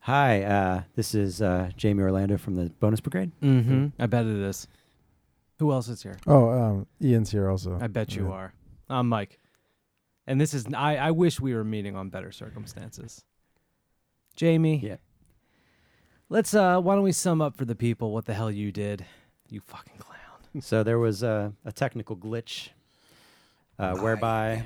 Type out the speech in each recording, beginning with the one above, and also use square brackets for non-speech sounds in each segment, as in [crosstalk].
Hi, uh, this is uh, Jamie Orlando from the Bonus [laughs] Brigade. Mm-hmm. I bet it is. Who else is here? Oh, um, Ian's here also. I bet you Yeah. are. I'm Mike. And this is I, I wish we were meeting on better circumstances. Jamie. Yeah. Let's uh why don't we sum up for the people what the hell you did? You fucking clown. so there was uh, a technical glitch uh, whereby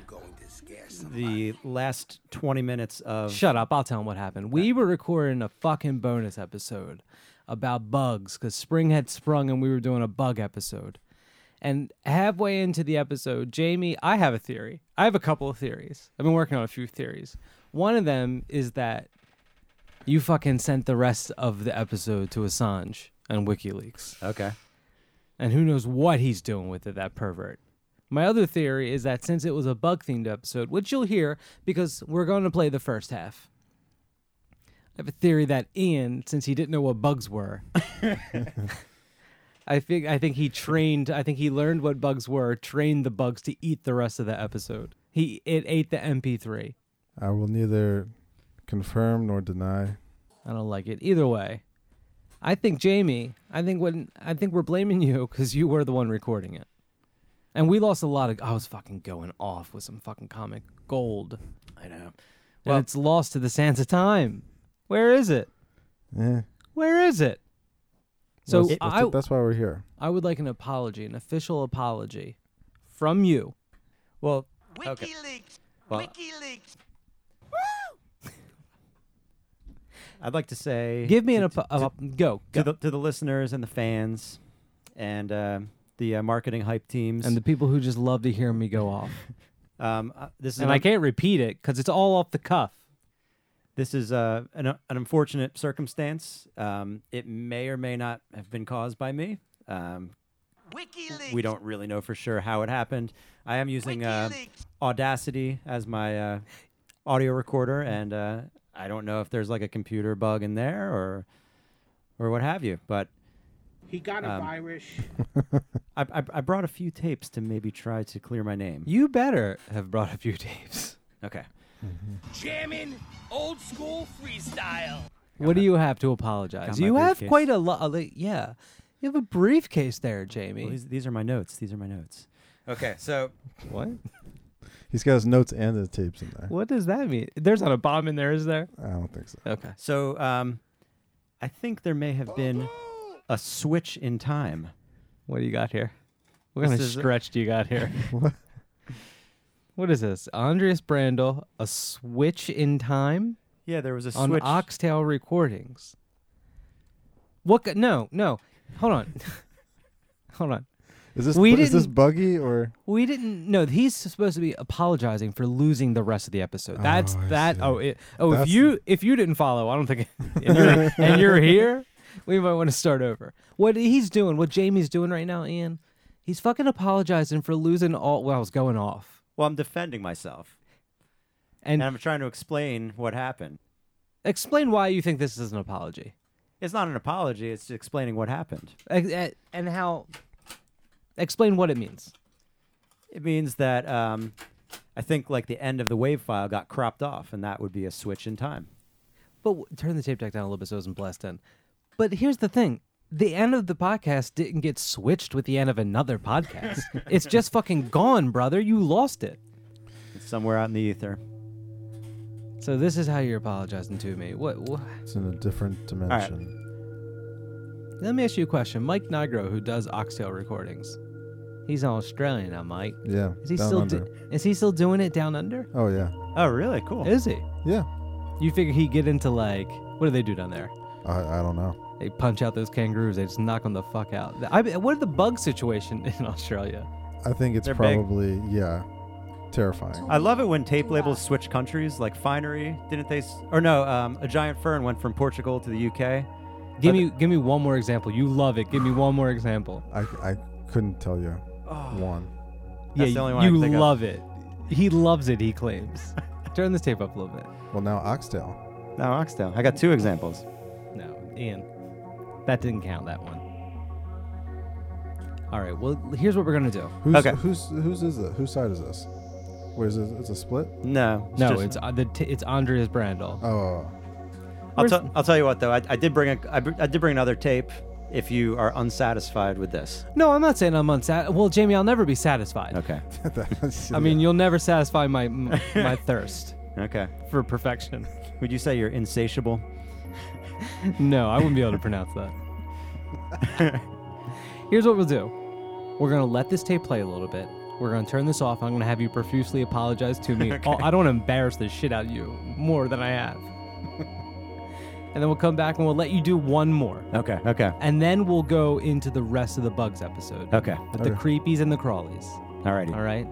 the last 20 minutes of Shut up, I'll tell him what happened. We were recording a fucking bonus episode about bugs cuz spring had sprung and we were doing a bug episode. And halfway into the episode, Jamie, I have a theory. I have a couple of theories. I've been working on a few theories. One of them is that you fucking sent the rest of the episode to Assange and WikiLeaks. okay And who knows what he's doing with it, that pervert. My other theory is that since it was a bug themed episode, which you'll hear because we're going to play the first half, I have a theory that Ian, since he didn't know what bugs were, [laughs] I think I think he trained. I think he learned what bugs were, trained the bugs to eat the rest of the episode. He it ate the MP3. I will neither confirm nor deny. I don't like it either way. I think Jamie. I think when I think we're blaming you because you were the one recording it, and we lost a lot of. I was fucking going off with some fucking comic gold, i know well, and it's lost to the sands of time. Where is it? Eh. Where is it? So that's, that's- I, that's why we're here. I would like an apology, an official apology, from you. Well, Okay. WikiLeaks. Well- WikiLeaks. i'd like to say give me an to, apo- go, to go. the, to the listeners and the fans and uh, the uh, marketing hype teams and the people who just love to hear me go off, um, uh, this is [laughs] and an I un- can't repeat it because it's all off the cuff. this is uh, an, an unfortunate circumstance um, it may or may not have been caused by me um, WikiLeaks. we don't really know for sure how it happened i am using uh, WikiLeaks. Audacity as my uh, audio recorder, and uh, I don't know if there's like a computer bug in there or or what have you. But He got a virus. I, I, I brought a few tapes to maybe try to clear my name. You better have brought a [laughs] few tapes. Okay, Jamming old school freestyle. What do you have to apologize? Got my You have briefcase. quite a lot. Yeah, you have a briefcase there, Jamie. well, these these are my notes. These are my notes. Okay, so what? He's got his notes and his tapes in there. What does that mean? There's not a bomb in there, is there? I don't think so. Okay. so um, I think there may have been a switch in time. What do you got here? What kind This of is- stretch do you got [laughs] here? what is this? Andreas Brandel, a switch in time Yeah, there was a on switch. Oxtail Recordings. What? Ca- no, no. Hold on. [laughs] Hold on. Is this We bu- is this didn't- buggy or We didn't. No, he's supposed to be apologizing for losing the rest of the episode. That's Oh, I that. see. Oh, it, oh, if That's- you if you didn't follow, I don't think. [laughs] And [laughs] you're, and you're here. We might want to start over. What he's doing, what Jamie's doing right now, Ian, he's fucking apologizing for losing all. Well, I was going off, well, I'm defending myself, and and I'm trying to explain what happened. explain why you think this is an apology, It's not an apology. It's explaining what happened. Ex- eh, and how. Explain what it means. It means that um, I think like the end of the wave file got cropped off, and that would be a switch in time. But w- turn the tape deck down a little bit so it wasn't blessed in. But here's the thing. The end of the podcast didn't get switched with the end of another podcast. it's just fucking gone, brother. You lost it. It's somewhere out in the ether. So this is how you're apologizing to me. What, what? it's in a different dimension? Let me ask you a question. Mike Nigro, who does Oxtail Recordings, he's an Australian now, Mike. Yeah. Is he down still under. do- is he still doing it down under? oh yeah. Oh, really? Cool. Is he? Yeah. You figure he'd get into like what do they do down there? I, I don't know. They punch out those kangaroos. They just knock them the fuck out. I, what are the bug situation [laughs] in Australia? I think it's They're big. probably yeah, terrifying. Oh. I love it when tape labels switch countries, like Finery. Didn't they? S- or no, um, a giant fern went from Portugal to the UK. Give But- me give me one more example. You love it. Give me one more [sighs] example. I I couldn't tell you Oh. one. yeah, the only one I you can think of. love it. He loves it. He claims. [laughs] Turn this tape up a little bit. Well now oxtail. No, Oxtail. I got two examples. No, Ian, that didn't count. That one. All right. Well, here's what we're gonna do. Who's Okay. who's whose is it? Whose side is this? Where is it? It's a split. No, no, just- it's uh, the t- it's Andreas Brandel. Oh. I'll, Where's- tell I'll tell you what though. I, I did bring a I, br- I did bring another tape. If you are unsatisfied with this, No, I'm not saying I'm unsatisfied. Well, Jamie, I'll never be satisfied. okay, [laughs] That's- I mean, you'll never satisfy my m- my thirst [laughs] okay. for perfection. Would you say you're insatiable? No, I wouldn't be able to pronounce that. Here's what we'll do. We're gonna let this tape play a little bit. We're gonna turn this off. I'm gonna have you profusely apologize to [laughs] me. Oh, I don't want to embarrass the shit out of you more than I have. and then we'll come back and we'll let you do one more. Okay, okay, And then we'll go into the rest of the bugs episode. okay. With the creepies and the crawlies. Alrighty. All right.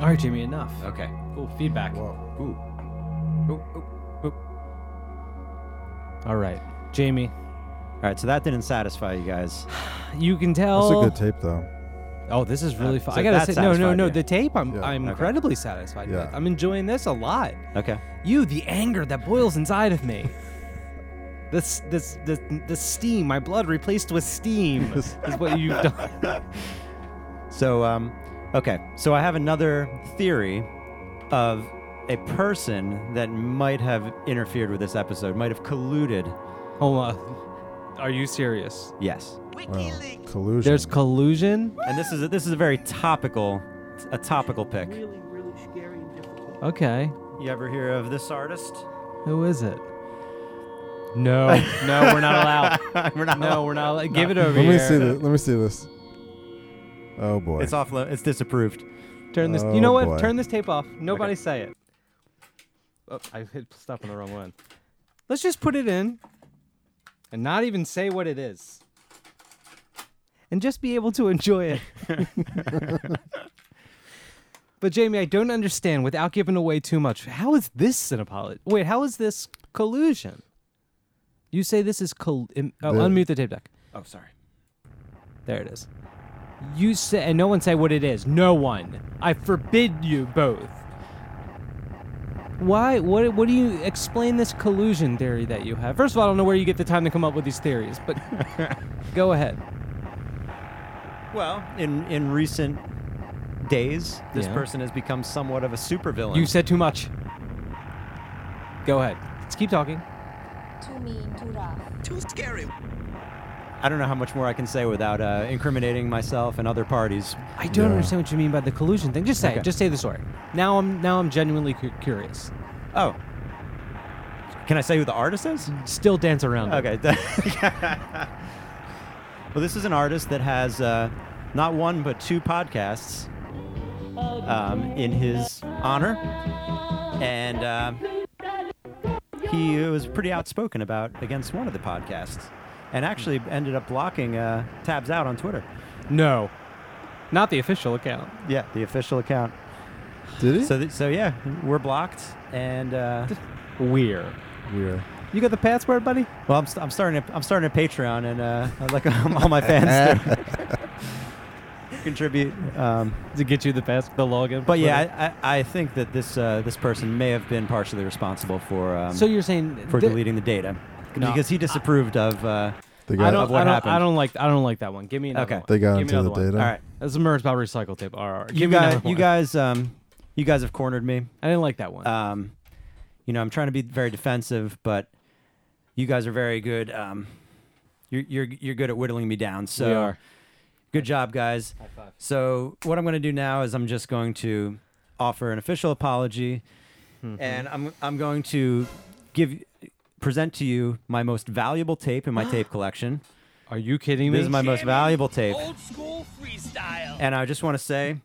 All right, Jamie. Enough. Okay. Cool feedback. Whoa. Ooh. Ooh, ooh, ooh. All right, Jamie. All right. So that didn't satisfy you guys. You can tell. That's a good tape, though. Oh, this is really fun. so I gotta that's say, no, no, satisfied no. you. The tape, I'm, Yeah. I'm Okay. incredibly satisfied Yeah. with. I'm enjoying this a lot. Okay. You, the anger that boils inside of [laughs] me. This, this, this, the steam. My blood replaced with steam is what you've [laughs] done. So, um, okay. So I have another theory of a person that might have interfered with this episode, might have colluded. Hold on. Are you serious? Yes. Wow. Collusion. There's collusion. And this is a, this is a very topical, a topical pick. Really, really scary and difficult. Okay. You ever hear of this artist? Who is it? No, no, we're not allowed. [laughs] We're not. No, we're not. allowed. Give it over Let here. me see this. Let me see this. Oh boy. It's off. Lo- it's disapproved. Turn this. Oh, you know what? boy. Turn this tape off. Nobody say it. Oh, I hit stop on the wrong one. Let's just put it in, and not even say what it is, and just be able to enjoy it. [laughs] but Jamie, I don't understand. Without giving away too much, how is this an apology? Wait, how is this collusion? You say this is col. im- Oh, The- unmute the tape deck. Oh, sorry. There it is. You say, and no one say what it is. No one. I forbid you both. Why? What? What do you explain this collusion theory that you have? First of all, I don't know where you get the time to come up with these theories, [laughs] but go ahead. Well, in in recent days, this Yeah. person has become somewhat of a supervillain. You said too much. Go ahead. Let's keep talking. Too mean, too rough. Too scary. I don't know how much more I can say without uh, incriminating myself and other parties. I don't Yeah. understand what you mean by the collusion thing. Just say. Okay. it. Just say the story. Now I'm. Now I'm genuinely cu- curious. Oh, can I say who the artist is? Still dance around. it. Okay. [laughs] well, this is an artist that has uh, not one but two podcasts um, in his honor, and uh, um he was pretty outspoken about against one of the podcasts. and actually ended up blocking uh, Tabs Out on Twitter. No, not the official account. Yeah, the official account. Did he? So, th- so yeah, we're blocked. And [laughs] uh, Weird. Weird. You got the password, buddy? well, I'm, st- I'm starting. A, I'm starting a Patreon, and uh, I'd like [laughs] all my fans [laughs] to contribute. Um, To get you the pass, the login. but for Twitter? yeah, I, I, I think that this uh, this person may have been partially responsible for um, so you're saying for th- deleting the data No. because he disapproved of. Uh, They I got, don't, of what I, don't, happened. I don't like. I don't like that one. Give me another Okay. one. they Give got me into the another one. data. all right, That's a merge about recycle tape. RR. Give you me another guys, you one. guys, um, you guys have cornered me. I didn't like that one. um, you know, I'm trying to be very defensive, but you guys are very good. Um, you're, you're, you're good at whittling me down. So we are. good job, guys. High five. So what I'm going to do now is I'm just going to offer an official apology, Mm-hmm. and I'm, I'm going to give present to you my most valuable tape [gasps] in my tape collection. Are you kidding me? This is [laughs] my most valuable tape, Old school freestyle. and I just want to say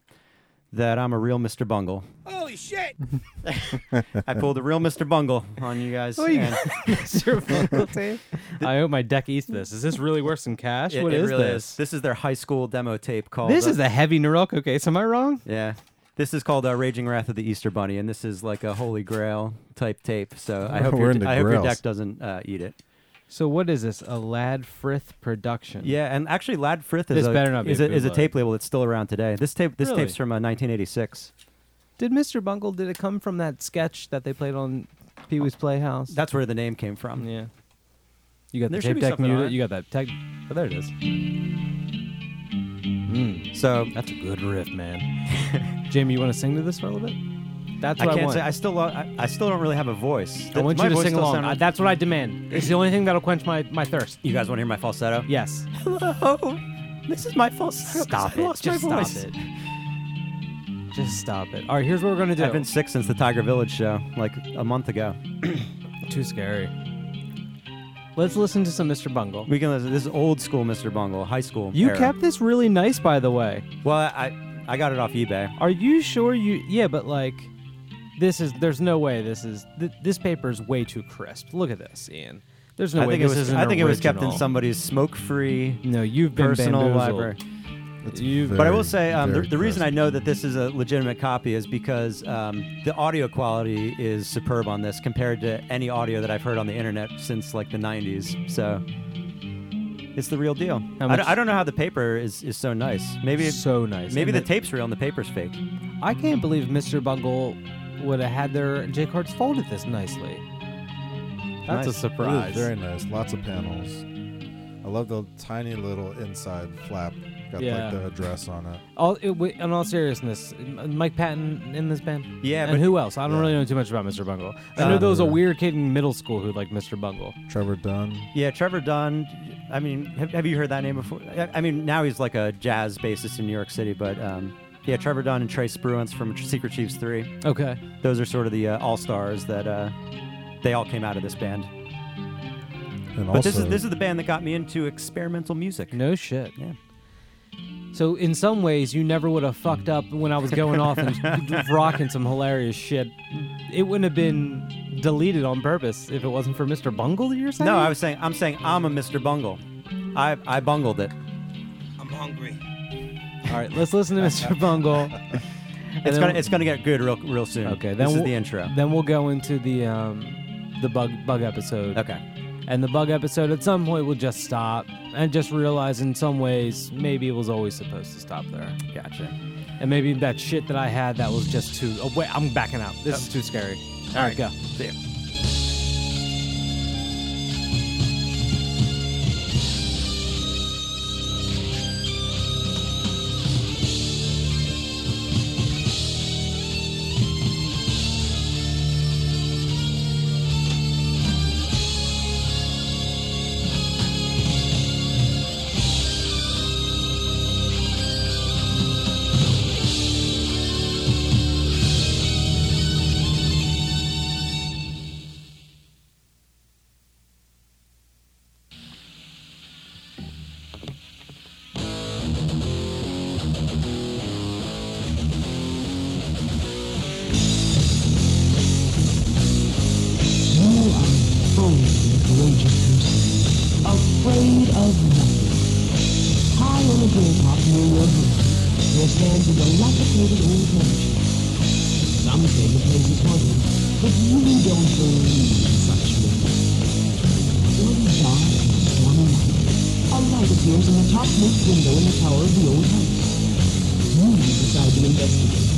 that I'm a real Mr. Bungle. Holy shit! [laughs] I pulled a real Mr. Bungle on you guys. [laughs] and- [laughs] I hope my deck eats this. Is this really worse than cash? It- what it is really this? This is their high school demo tape called. This uh, is a heavy Norelco case. Am I wrong? yeah. This is called uh, "Raging Wrath of the Easter Bunny," and this is like a holy grail type tape. So I hope We're your, into I hope your grails. deck doesn't uh, eat it. So what is this? A Lad Frith production? Yeah, and actually, Lad Frith is This a, better not be is, a a, is a bootleg. tape label that's still around today. This tape this Really? tape's from uh, 1986. Did Mr. Bungle? Did it come from that sketch that they played on Pee Wee's Playhouse? That's where the name came from. yeah. You got There should the tape be deck something on muted. it. You got that tech. Oh, there it is. Mm, So that's a good riff, man. [laughs] Jamie, you want to sing to this for a little bit? That's I what I, can't want. say I still lo- I, I still don't really have a voice. I Th- want my you to voice sing still along. sound- I- that's what I demand. It's the only thing that'll quench my, my thirst. you guys want to hear my falsetto? [laughs] Yes. Hello. This is my falsetto. Stop I it. lost Just my stop voice. it. Just stop it. All right, here's what we're gonna do. I've been sick since the Tiger Village show, like a month ago. too scary. Let's listen to some Mr. Bungle. We can listen. This is old school Mr. Bungle, high school. You era. kept this really nice, by the way. Well, I I got it off eBay. Are you sure you? Yeah, but like, this is. There's no way this is. Th- this paper is way too crisp. Look at this, Ian. There's no I way think it this was. isn't I think it was kept in original. somebody's smoke-free No, you've been personal bamboozled. library. That's You've- But I will say, very, um, the, very the reason I gross. know that this is a legitimate copy is because um, the audio quality is superb on this compared to any audio that I've heard on the internet since like the '90s. So. It's the real deal. How I, much- don't, I don't know how the paper is, is so nice. Maybe so nice. maybe And the tape's real and the paper's fake. I can't believe Mr. Bungle would have had their J cards folded this nicely. That's a Nice. surprise. It is very nice. Lots of panels. I love the tiny little inside flap. Got Yeah. like the address on it. all, it, wi- in all seriousness, M- Mike Patton in this band. Yeah, and but- who else? I don't Yeah. really know too much about Mr. Bungle. I know Um, there was a weird kid in middle school who liked Mr. Bungle. Trevor Dunn. Yeah, Trevor Dunn. I mean, have, have you heard that name before? I, I mean, now he's like a jazz bassist in New York City, but um, yeah, Trevor Dunn and Trey Spruance from Tr- Secret Chiefs 3. Okay, Those are sort of the uh, all stars that uh, they all came out of this band. And But also, this is this is the band that got me into experimental music. no shit. Yeah. So in some ways, you never would have fucked up when I was going [laughs] off and rocking some hilarious shit. It wouldn't have been deleted on purpose if it wasn't for Mr. Bungle. You're saying? No, I was saying I'm saying I'm a Mr. Bungle. I I bungled it. I'm hungry. All right, let's listen to [laughs] Mr. Bungle. It's gonna it's gonna get good real real soon. Okay, then this is we'll- the intro. Then we'll go into the um, the bug bug episode. Okay. And the bug episode at some point will just stop and just realize in some ways maybe it was always supposed to stop there. Gotcha. And maybe that shit that I had that was just too. Oh, wait, I'm backing out. This is too scary. Oh. All right, go. See ya. stands a dilapidated old mansion. Some say the place is haunted, but we don't believe in such rumors. One dark and stormy night, a light appears in the topmost window in the tower of the old house. You decide to investigate.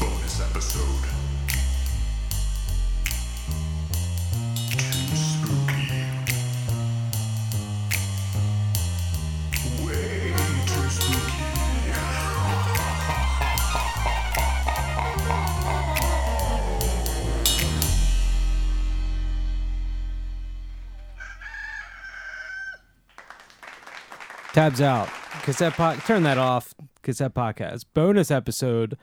Bonus episode. Too spooky. Way too spooky. Tabs out. Cassette po- turn that off. Cassette podcast. Bonus episode.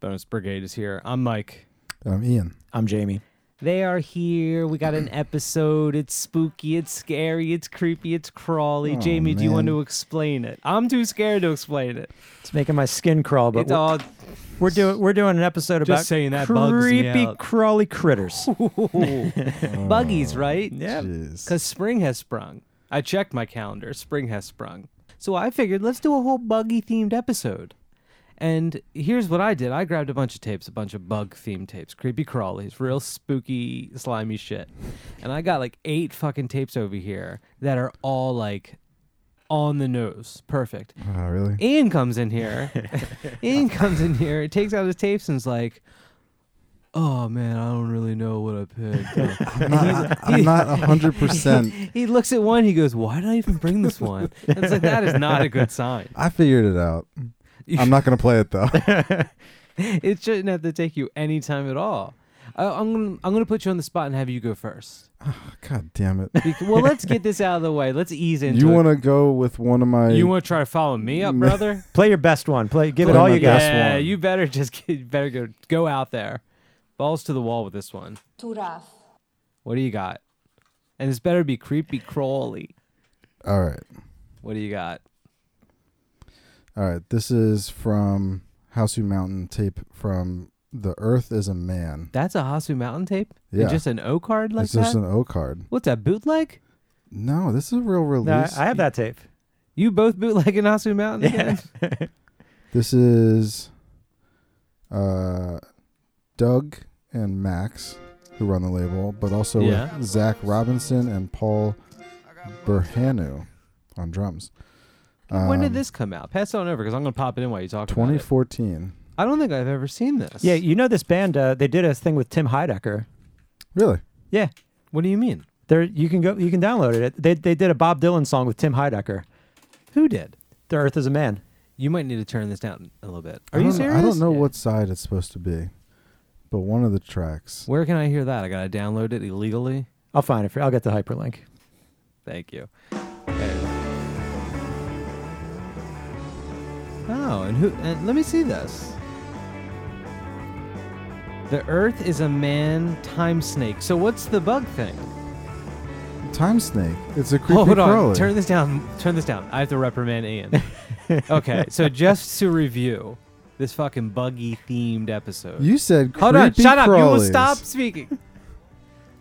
Bonus Brigade is here. I'm Mike. I'm um, Ian. I'm Jamie. They are here. We got an episode. It's spooky. It's scary. It's creepy. It's crawly. Aw, Jamie, do you want man. to explain it? I'm too scared to explain it. It's making my skin crawl, but it's we're, all we're doing we're doing an episode about saying that bugs me creepy out. [laughs] crawly critters. [laughs] buggies, right? yeah. Jeez. Because spring has sprung. I checked my calendar. Spring has sprung. So I figured let's do a whole buggy themed episode. And here's what I did I grabbed a bunch of tapes, a bunch of bug themed tapes, creepy crawlies, real spooky, slimy shit. And I got like eight fucking tapes over here that are all like on the nose. Perfect. Oh, really? Ian comes in here. Ian comes in here, takes out his tapes and is like, oh man, I don't really know what I picked. [laughs] I'm not, [laughs] I'm not 100%. He looks at one. He goes, "Why did I even bring this [laughs] one?" And It's like that is not a good sign. I figured it out. I'm not going to play [laughs] it, though. It shouldn't have to take you any time at all. I, I'm gonna I'm gonna put you on the spot and have you go first. God damn it. Bec- well, let's get this out of the way. Let's ease into You it. want to go with one of my. you want to try to follow me up, [laughs] brother? Play your best one. Play give it Play all my you got. best yeah, one. you better just get, you better go go out there, balls to the wall with this one. too rough, What do you got? And this better be creepy crawly. All right. What do you got? All right. This is from Houseu Mountain tape from The Earth is a Man. That's a Hasu Mountain tape. And Yeah. just an O card like it's just that. an O card. What's that bootleg? No, this is a real release. No, I, I have that tape. You both bootleg an Hasu Mountain. again? This is uh, Doug and Max, who run the label, but also Yeah. with Zach Robinson and Paul Berhanu on drums. when did Um, this come out? Pass it on over because I'm going to pop it in while you talk. Twenty. 2014. I don't think I've ever seen this. Yeah, you know this band. Uh, they did a thing with Tim Heidecker. Really? Yeah, What do you mean? there you can go. You can download it. They they did a Bob Dylan song with Tim Heidecker. Who did? The Earth is a Man. You might need to turn this down a little bit. I Are you don't know- serious? I don't know Yeah. what side it's supposed to be, but one of the tracks. Where can I hear that? I got to download it illegally. I'll find it for. I'll get the hyperlink. Thank you. Okay. Oh, and who? And let me see this. The Earth is a man time snake. So what's the bug thing? Time snake. It's a creepy Hold on. crawler. Turn this down. Turn this down. I have to reprimand Ian. okay, so just to review this fucking buggy themed episode. you said creepy Hold on. Shut up. You will crawlies. stop speaking.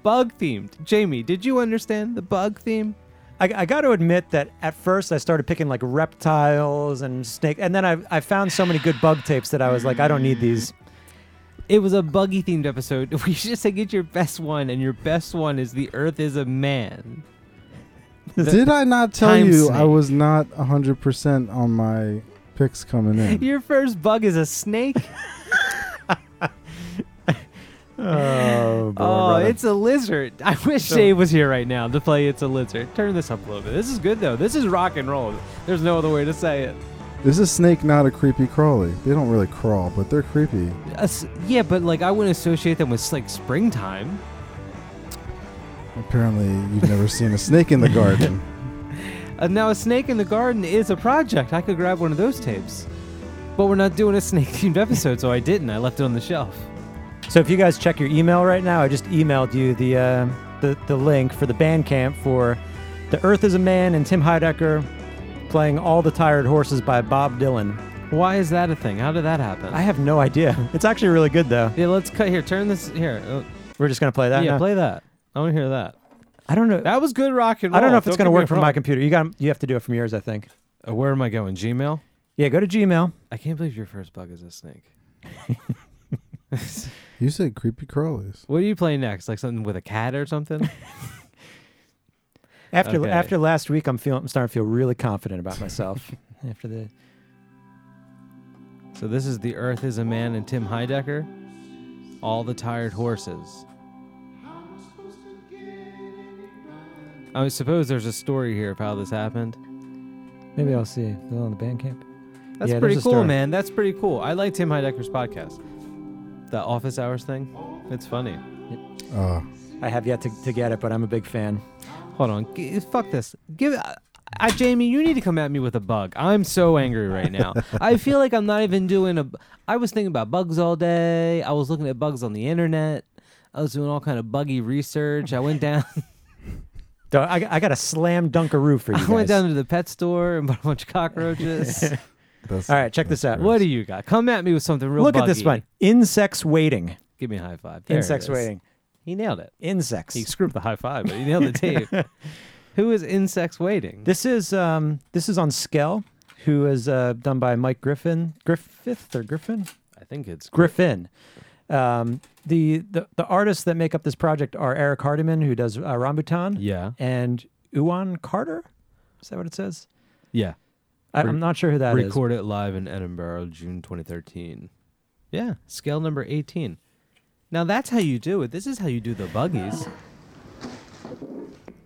bug themed. Jamie, did you understand the bug theme? I, I got to admit that at first I started picking like reptiles and snake, and then I, I found so many good bug tapes that I was like, I don't need these. It was a buggy themed episode. [laughs] We should just say get your best one, and your best one is the Earth is a man. Did I not tell Time you snake. I was not 100% on my picks coming in? Your first bug is a snake. Oh, [laughs] boy, oh, brother. it's a lizard. [laughs] I wish Shay was here right now to play It's a Lizard. Turn this up a little bit. This is good though. This is rock and roll. There's no other way to say it. Is a snake not a creepy crawly? They don't really crawl, but they're creepy. A s- yeah, but like I wouldn't associate them with like springtime. Apparently, [laughs] you've never seen a snake in the garden. Uh, now a snake in the garden is a project. I could grab one of those tapes. But we're not doing a snake [laughs] themed episode, so I didn't. I left it on the shelf. so if you guys check your email right now, I just emailed you the uh, the, the link for the Bandcamp for "The Earth Is a Man" and Tim Heidecker playing "All the Tired Horses" by Bob Dylan. Why is that a thing? How did that happen? I have no idea. It's actually really good though. yeah, let's cut here. Turn this here. Uh, We're just gonna play that. yeah, now? play that. I want to hear that. I don't know. That was good rock and roll. I don't know if it's Don't gonna get me work from my wrong. computer. You got you have to do it from yours, I think. Uh, where am I going? Gmail. Yeah, go to Gmail. I can't believe your first bug is a snake. you said creepy crawlies. What are you playing next? Like something with a cat or something? After Okay. after last week, I'm feeling I'm starting to feel really confident about [laughs] myself. [laughs] after the so this is the Earth is a Man and Tim Heidecker. All the tired horses. I suppose there's a story here of how this happened. maybe I'll see Is it on the Bandcamp. That's Yeah, pretty there's a cool, story. man. That's pretty cool. I like Tim Heidecker's podcast. The office hours thing. It's funny. Oh, I have yet to, to get it, but I'm a big fan. Hold on. G- fuck this. Give. I, I, Jamie, you need to come at me with a bug. I'm so angry right now. [laughs] I feel like I'm not even doing a. I was thinking about bugs all day. I was looking at bugs on the internet. I was doing all kind of buggy research. I went down. [laughs] Duh, I, I got a slam dunkaroo for [laughs] you I went guys. down to the pet store and bought a bunch of [laughs] cockroaches. that's All right, check this out. what do you got? Come at me with something real. Look at this buggy. one. Insects waiting. Give me a high five. There it Insects is. waiting. He nailed it. Insects. He screwed up the high five, but he nailed the [laughs] tape. Who is insects waiting? This is um this is on Skell, who is uh, done by Mike Griffin, Griffith or Griffin, I think it's Griffin. Um, the, the the artists that make up this project are Eric Hardiman, who does uh, Rambutan, yeah, and Uwan Carter. Is that what it says? yeah. I, Re- I'm not sure who that is. Record it live in Edinburgh, June 2013. Yeah, scale number 18. Now that's how you do it. This is how you do the buggies.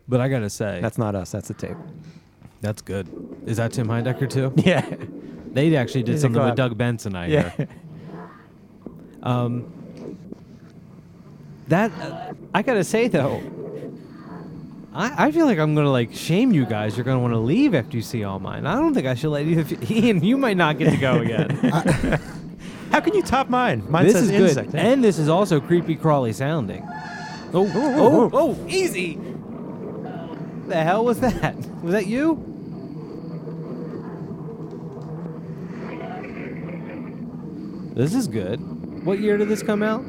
But I gotta say, that's, That's not us. That's the tape. that's good. Is that Tim Heidecker too? [laughs] Yeah. They actually did He's a something with collab. Doug Benson. I Yeah. [laughs] hear. Um, that uh, I gotta say though, I, I feel like I'm gonna like shame you guys. You're gonna want to leave after you see all mine. I don't think I should let you. [laughs] Ian, you might not get to go again. How can you top mine? Mine this says is good, insect. eh? and this is also creepy crawly sounding. Oh, oh, oh, easy. The hell was that? [laughs] Was that you? This is good. What year did this come out?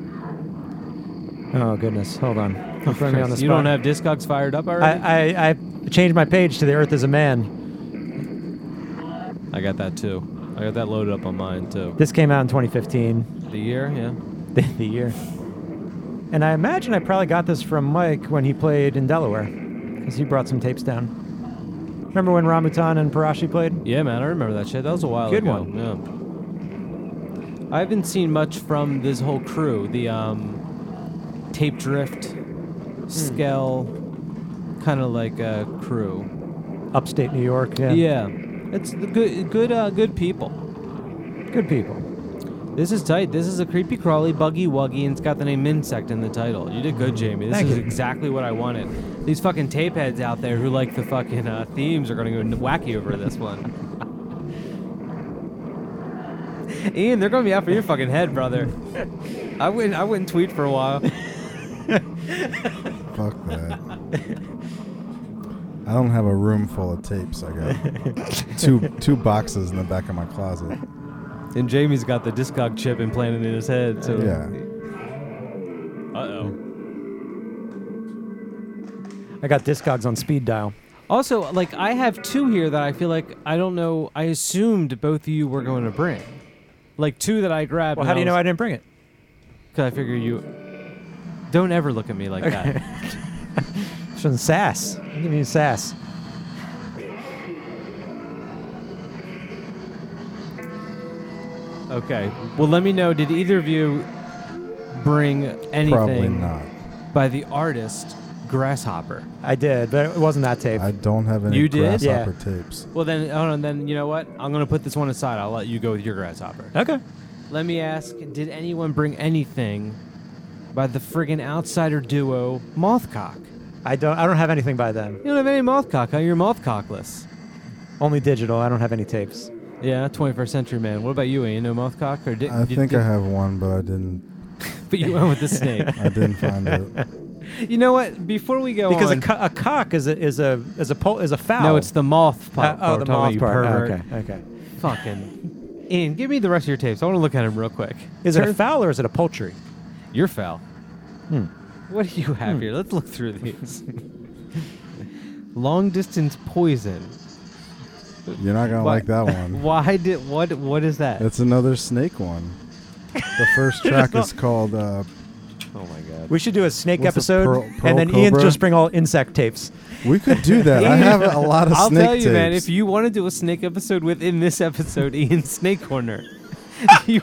Oh goodness. Hold on. You're putting me on the you don't spot. have Discogs fired up already? I, I I changed my page to the Earth is a Man. I got that too. I got that loaded up on mine too. This came out in 2015, The year, yeah. the, [laughs] the year. And I imagine I probably got this from Mike when he played in Delaware, because he brought some tapes down. Remember when Ramutan and Parashi played? Yeah, man, I remember that shit. That was a while Good ago. one. Yeah. I haven't seen much from this whole crew. The um, tape drift, Hmm. scale, kind of like a crew. Upstate New York. Yeah. Yeah. it's the good, good, uh, good people. Good people. This is tight. This is a creepy crawly, buggy wuggy, and it's got the name insect in the title. You did good, Jamie. This Thank is you. exactly what I wanted. These fucking tape heads out there who like the fucking uh, themes are gonna go wacky over this one. [laughs] Ian, they're gonna be out for your fucking head, brother. I wouldn't. I wouldn't tweet for a while. Fuck that. I don't have a room full of tapes. I got [laughs] two two boxes in the back of my closet. And Jamie's got the discog chip implanted in his head. So Yeah. Uh oh. I got Discogs on speed dial. Also, like I have two here that I feel like I don't know. I assumed both of you were going to bring, like two that I grabbed. Well, how do you know I didn't bring it? Because I figure you. Don't ever look at me like that. Some sass. Give me sass. [laughs] okay. Well, let me know. Did either of you bring anything Probably not. by the artist Grasshopper? I did, but it wasn't that tape. I don't have any You did? grasshopper tapes. Well, then, hold on. Then you know what? I'm gonna put this one aside. I'll let you go with your grasshopper. okay. Let me ask: Did anyone bring anything by the friggin' outsider duo Mothcock? I don't. I don't have anything by them. You don't have any Mothcock. Huh? You're Mothcockless. Only digital. I don't have any tapes. Yeah, 21st century man. What about you, Ian? No Mothcock? Or did, I did- think did- I have one, but I didn't. But [laughs] you went with the snake. [laughs] I didn't find it. you know what? Before we go Because a, on, co- a cock is a is a is a pol- is a foul. no, it's the moth Uh, part. oh, We're the talking about moth you part. pervert. okay. Okay. Fucking Ian, give me the rest of your tapes. I want to look at them real quick. Is it a foul or is it a poultry? You're foul. Hmm. What do you have here? Let's look through these. [laughs] Long distance poison. You're not gonna Why- like that one. Why did what? What is that? It's another snake one. The [laughs] first track is called uh, oh my god. We should do a snake What's a episode, pearl- pearl and then Ian cobra? just bring all insect tapes. We could do [laughs] that. I have a lot of I'll snake tell you, tapes. man. If you want to do a snake episode within this episode, [laughs] Ian's Snake Corner, [laughs] you,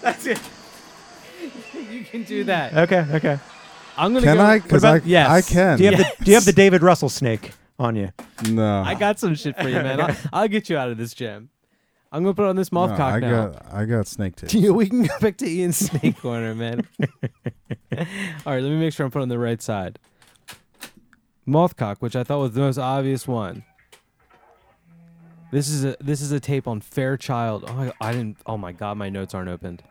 that's it. [laughs] you can do that. Okay. Okay. I'm gonna. can go, I? Because I, [laughs] about- yes. I can. Do you have the Do you have the David Russell snake on you? no, I got some shit for you, man. [laughs] I'll, I'll get you out of this jam. I'm gonna put on this no, moth cock I now. [laughs] got. I got snake [laughs] tapes. Yeah, we can go back to Ian's snake corner, man. [laughs] All right, let me make sure I'm put on the right side. Mothcock, which I thought was the most obvious one. This is a this is a tape on Fairchild. Oh, my, I didn't. Oh my God, my notes aren't opened.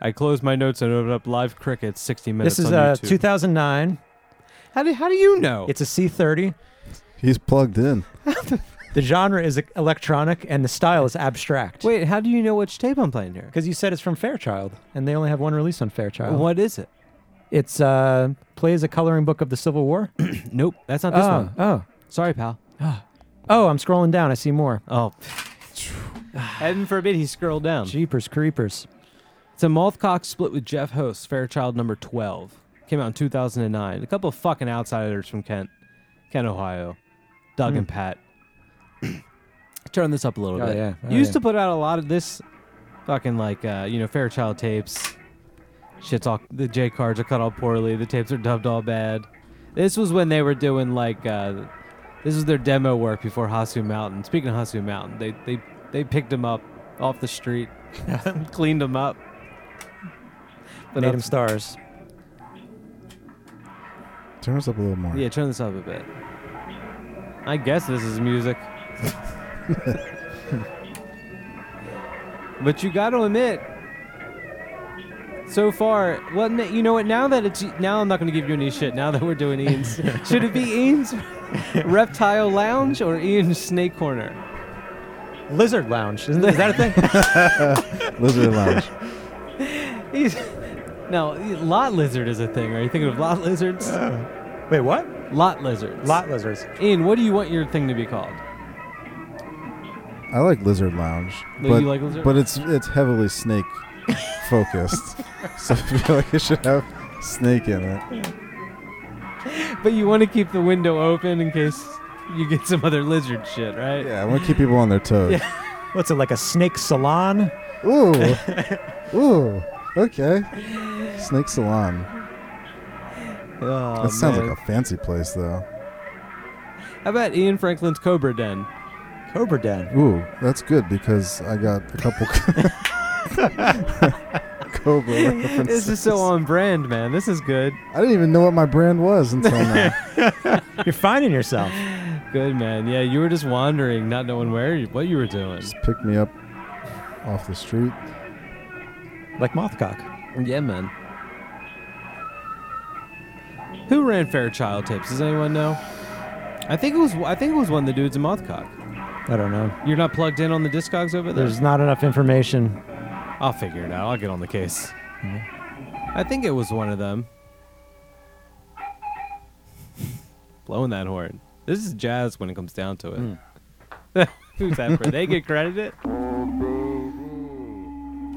I closed my notes and opened up live cricket 60 minutes. This is on uh, YouTube. 2009. how do how do you know? It's a C30. He's plugged in. The genre is e- electronic, and the style is abstract. wait. How do you know which tape I'm playing here? Because you said it's from Fairchild, and they only have one release on Fairchild. What is it? It's uh, plays a coloring book of the Civil War. Nope, that's not this oh, one. oh, Sorry, pal. oh! I'm scrolling down. I see more. Oh, [sighs] heaven forbid he scrolled down. Jeepers creepers. It's a Mothcock split with Jeff Host, Fairchild number 12. Came out in 2009. A couple of fucking outsiders from Kent, Kent, Ohio. Doug and Pat. [clears throat] Turn this up a little Hmm. Oh, bit. yeah. Oh, Used yeah. to put out a lot of this fucking, like, uh, you know, Fairchild tapes. Shit's all, the J cards are cut all poorly. The tapes are dubbed all bad. This was when they were doing, like, uh, this was their demo work before Hasu Mountain. Speaking of Hasu Mountain, they, they, they picked them up off the street, [laughs] cleaned them up. But Made up- him stars. Turn us up a little more. Yeah, turn this up a bit. I guess this is music. but you got to admit, so far, well, n- you know what? Now that it's now, I'm not going to give you any shit. Now that we're doing Ian's, should it be Ian's Reptile Lounge or Ian's Snake Corner? Lizard Lounge. Isn't that, is that a thing? [laughs] Lizard Lounge. He's, no, lot lizard is a thing. Are you thinking of lot lizards? Wait, what? lot lizards. Lot lizards. Ian, what do you want your thing to be called? I like Lizard Lounge, No, but you like Lizard but it's it's heavily snake [laughs] focused. so I feel like it should have snake in it. But you want to keep the window open in case you get some other lizard shit, right? Yeah, I want to keep people on their toes. What's it like a snake salon? [laughs] Ooh, ooh. Okay, Snake Salon. Oh, that sounds man. like a fancy place, though. How about Ian Franklin's Cobra Den? Cobra Den. Ooh, that's good because I got a couple [laughs] Cobra references. This is so on brand, man. This is good. I didn't even know what my brand was [laughs] until now. You're finding yourself. Good, man. Yeah, you were just wandering, not knowing where you, what you were doing. Just picked me up off the street. like Mothcock. Yeah, man. Who ran Fairchild Tapes? Does anyone know? I think it was I think it was one of the dudes in Mothcock. I don't know. You're not plugged in on the Discogs over there. There's not enough information. I'll figure it out. I'll get on the case. I think it was one of them. [laughs] Blowing that horn. This is jazz when it comes down to it. [laughs] Who's that for? They get credited.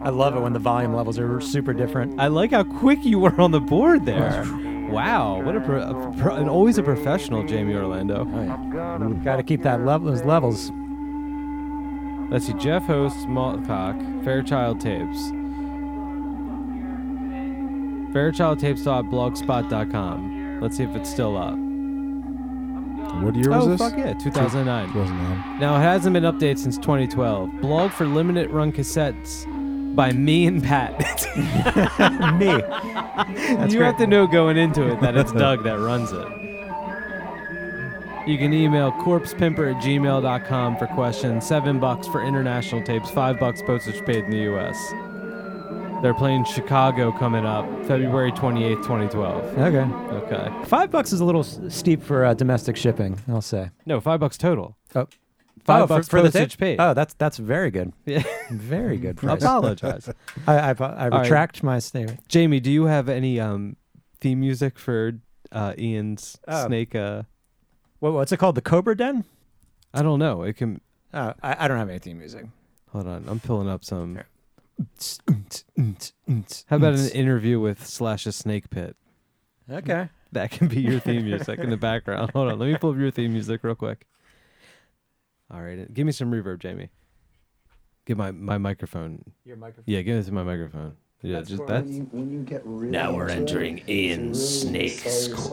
I love it when the volume levels are super different. I like how quick you were on the board there. Wow, what a, pro, a pro, and always a professional, Jamie Orlando. Got to keep that level, those levels. Let's see, Jeff hosts Maltcock, Fairchild Tapes. Fairchildtapes.blogspot.com. Let's see if it's still up. What year was oh, this? fuck yeah, 2009. 2009. Now, it hasn't been updated since 2012. Blog for limited run cassettes by me and Pat. [laughs] [laughs] Me. you have to know going into it that [laughs] it's Doug that runs it. You can email corpsepimper at gmail.com for questions. Seven bucks for international tapes, five bucks postage paid in the US. They're playing Chicago coming up February 28th, 2012. Okay. Okay. Five bucks is a little s- steep for uh, domestic shipping, I'll say. No, five bucks total. Oh, Five Oh, for- bucks for the postage tape? paid. Oh, that's that's very good. Yeah. Very good I price. apologize. I, I, I right. retract my statement. [laughs] Jamie, do you have any um, theme music for uh, Ian's Oh. snake? Uh, What, what's it called? The Cobra Den? I don't know. It can. Oh, I, I don't have any theme music. Hold on. I'm pulling up some. How about an interview with Slash a Snake Pit? Okay. That can be your theme music in the background. Hold on, let me pull up your theme music real quick. All right, give me some reverb, Jamie. Give my my microphone. Your microphone. Yeah, give it to my microphone. Yeah, just that's. Now we're entering Ian's snake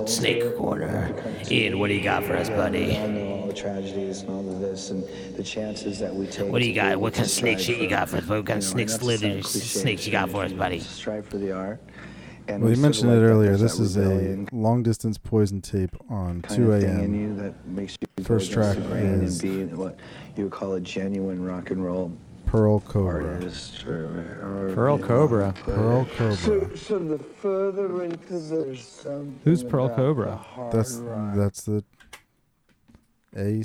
snake corner. Ian, what do you got for us, buddy? I know all the tragedies and all of this and the chances that we take. What do you to got? be What able kind of to snake strive shit you got for us? What kind of for- snake enough to slither sound cliché, snakes you got for us, buddy? Strive for the art. And Well, you we sort of mentioned it like that earlier. there's This that is rebellion a long distance poison tape on kind 2 of thing in a.m. you that makes you go First against track the grain is- and be what you would call a genuine rock and roll Pearl Cobra. artist or, or Pearl Cobra. Pearl Cobra. so the further into the Who's Pearl Cobra? That's that's the A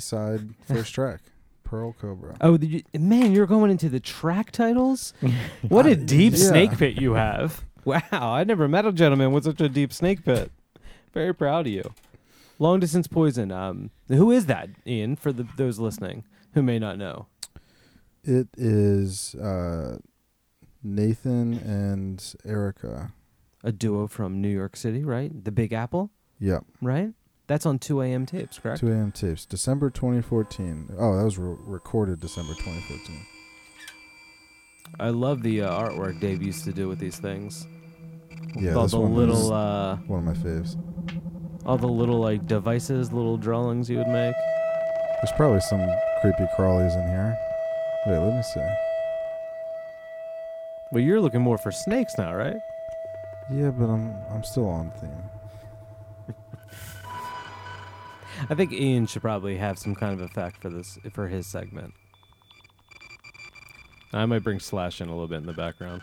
[laughs] side first track. Pearl Cobra. Oh, did you, man, you're going into the track [laughs] titles. What a deep yeah. snake pit you have! [laughs] Wow, I never met a gentleman with such a deep snake pit. Very proud of you. Long distance poison. Um, who is that, Ian? For the, those listening who may not know. It is uh, Nathan and Erica. a duo from New York City, right? The Big Apple, Yep. right? That's on 2 AM tapes, correct? 2 a.m. tapes. December 2014. Oh, that was re- recorded December 2014. I love the uh, artwork Dave used to do with these things. Yeah, all this the one little, is uh, one of my faves. all the little like devices, little drawings you would make. There's probably some creepy crawlies in here. Wait, let me see. Well, you're looking more for snakes now, right? Yeah, but I'm I'm still on theme. I think Ian should probably have some kind of effect for this for his segment. I might bring Slash in a little bit in the background.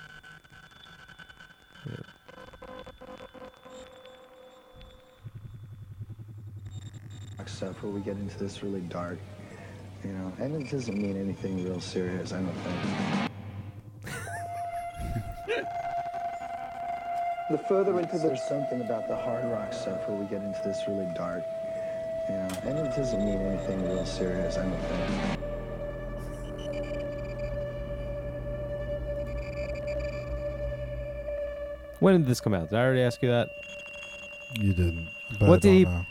stuff where we get into this really dark, you know, and it doesn't mean anything real serious, I don't think. the further into there's something about the hard rock stuff where we get into this really dark, you know, and it doesn't mean anything real serious, I don't think. When did this come out? Did I already ask you that? You didn't. But What did I don't he- know.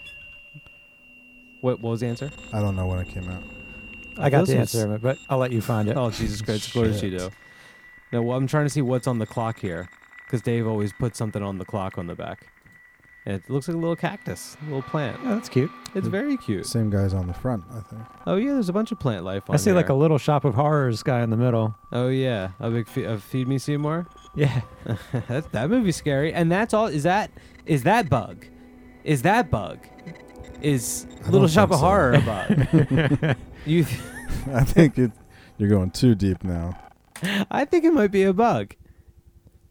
What, what was the answer? I don't know when it came out. I got This the was- answer, but I'll let you find it. Oh Jesus Christ! Of course you do. No, well, I'm trying to see what's on the clock here, because Dave always puts something on the clock on the back, and it looks like a little cactus, a little plant. Oh, that's cute. It's very cute. Same guys on the front, I think. Oh yeah, there's a bunch of plant life on. I see like a here. little shop of horrors guy in the middle. Oh yeah, a big fe- a feed me Seymour. Yeah. [laughs] that that movie's scary, and that's all. Is that is that bug? Is that bug? Is don't Little Shop think of so. Horror a bug? you, th- [laughs] I think it, you're going too deep now. I think it might be a bug.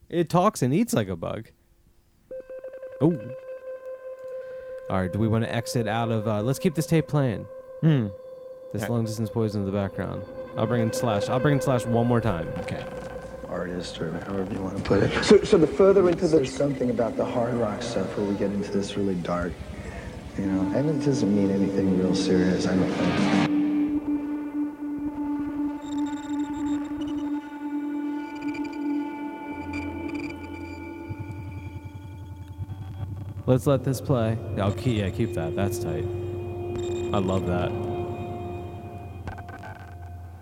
It talks and eats like a bug. Oh. All right. Do we want to exit out of? Uh, let's keep this tape playing. Hmm. This Okay. long distance poison in the background. I'll bring in slash. I'll bring in slash one more time. Okay. artist or however you want to put it. So, so the further into the There's something about the hard rock stuff where we get into this really dark, you know, and it doesn't mean anything real serious, I don't think. Let's let this play. I'll keep, yeah, keep that. That's tight. I love that.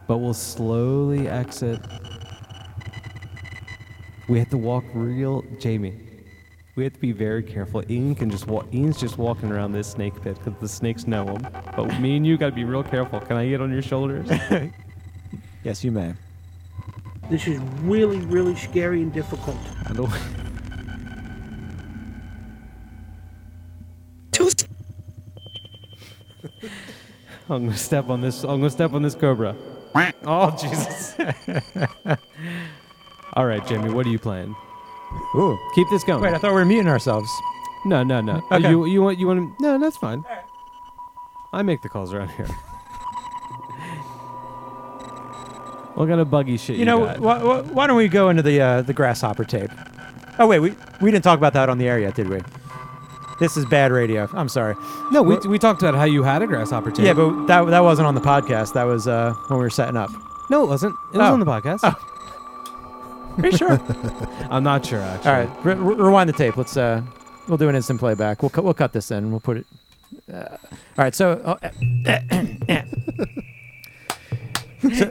But we'll slowly exit. We have to walk real, Jamie. We have to be very careful. Ian can just walk. Ian's just walking around this snake pit because the snakes know him. But me and you gotta be real careful. Can I get on your shoulders? Yes, you may. This is really, really scary and difficult. I don't- I'm gonna step on this. I'm gonna step on this cobra. Oh Jesus! [laughs] All right, Jamie, what are you playing? Ooh. Keep this going. Wait, I thought we were muting ourselves. no, no, no. Okay. You you want you want to? No, that's fine. I make the calls around here. what kind of buggy shit you, You know, got? wh- wh- why don't we go into the uh, the grasshopper tape? Oh wait, we we didn't talk about that on the air yet, did we? This is bad radio. I'm sorry. No, we, we talked about how you had a grasshopper tape. Yeah, but that that wasn't on the podcast. That was uh, when we were setting up. no, it wasn't. It was Oh. on the podcast. Are you sure? I'm not sure actually. [laughs] All right, re- re- rewind the tape. Let's uh, we'll do an instant playback. We'll cut we'll cut this in. We'll put it. Uh, all right, so uh,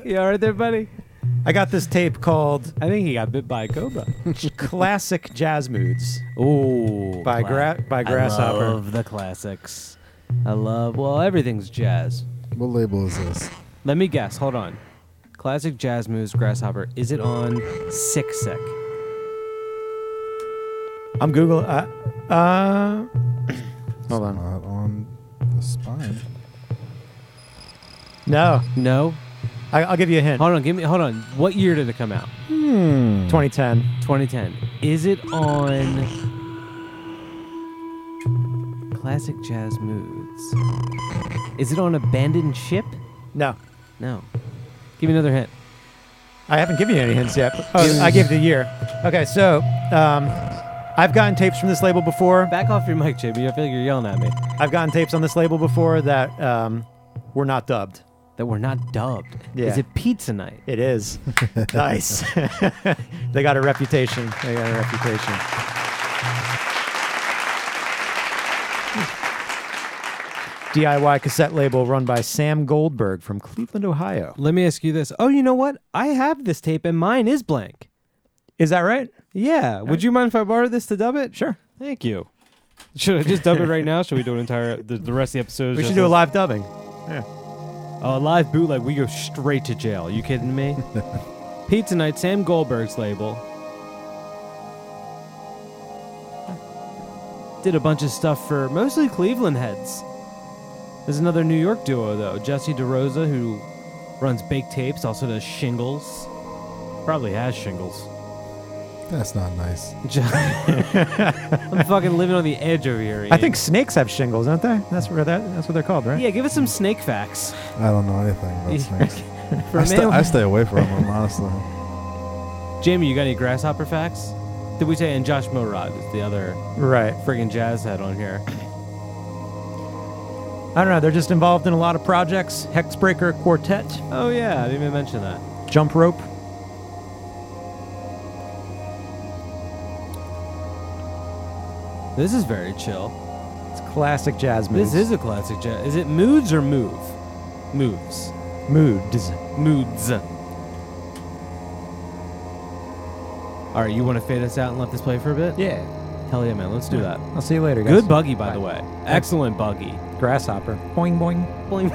you all right there, buddy? I got this tape called I think he got bit by a cobra. [laughs] "Classic Jazz Moods" Ooh, by gra- by Grasshopper. I love the classics. I love. Well, everything's jazz. What label is this? Let me guess. Hold on. Classic jazz moves. Grasshopper. Is it on Six Sec? I'm Google. Uh, uh, [clears throat] Hold on. Not on the spine. no, No. I, I'll give you a hint. Hold on. Give me. Hold on. What year did it come out? 2010. 2010. Is it on classic jazz moods? Is it on abandoned ship? No, No. Give me another hint. I haven't given you any hints yet. Oh, I gave the year. Okay, so um, I've gotten tapes from this label before. Back off your mic, Jimmy. I feel like you're yelling at me. I've gotten tapes on this label before that um, were not dubbed. That were not dubbed. Is Yeah. it pizza night? It is. nice. [laughs] they got a reputation. They got a reputation. DIY cassette label run by Sam Goldberg from Cleveland, Ohio. Let me ask you this. Oh, you know what? I have this tape and mine is blank. Is that right? Yeah. Would you mind if I borrow this to dub it? Sure. Thank you. Should I just dub it right now? Should we do an entire the, the rest of the episode? We should do a live dubbing. a live bootleg. We go straight to jail. You kidding [laughs] me? Pizza night, Sam Goldberg's label. Did a bunch of stuff for mostly Cleveland heads. There's another New York duo though, Jesse DeRosa, who runs Baked Tapes, also does shingles. Probably has shingles. That's not nice. I'm fucking living on the edge over here. I Ian. think snakes have shingles, don't they? That's where that, that's what they're called, right? Yeah, give us some snake facts. I don't know anything about snakes. For I, a sta- man, I stay away from them, honestly. Jamie, you got any grasshopper facts? Did we say and Josh Morod is the other Right. friggin' jazz head on here? I don't know. They're just involved in a lot of projects. Hexbreaker Quartet, Oh yeah, I didn't even mention that. Jump Rope. This is very chill. It's classic jazz moves. This is a classic jazz. Is it moods or move? Moves. moods. Moods. All right, you want to fade us out and let this play for a bit? Yeah. Hell yeah, man. Let's do that. I'll see you later, guys. Good buggy, by the way. Excellent buggy. Grasshopper. Boing boing.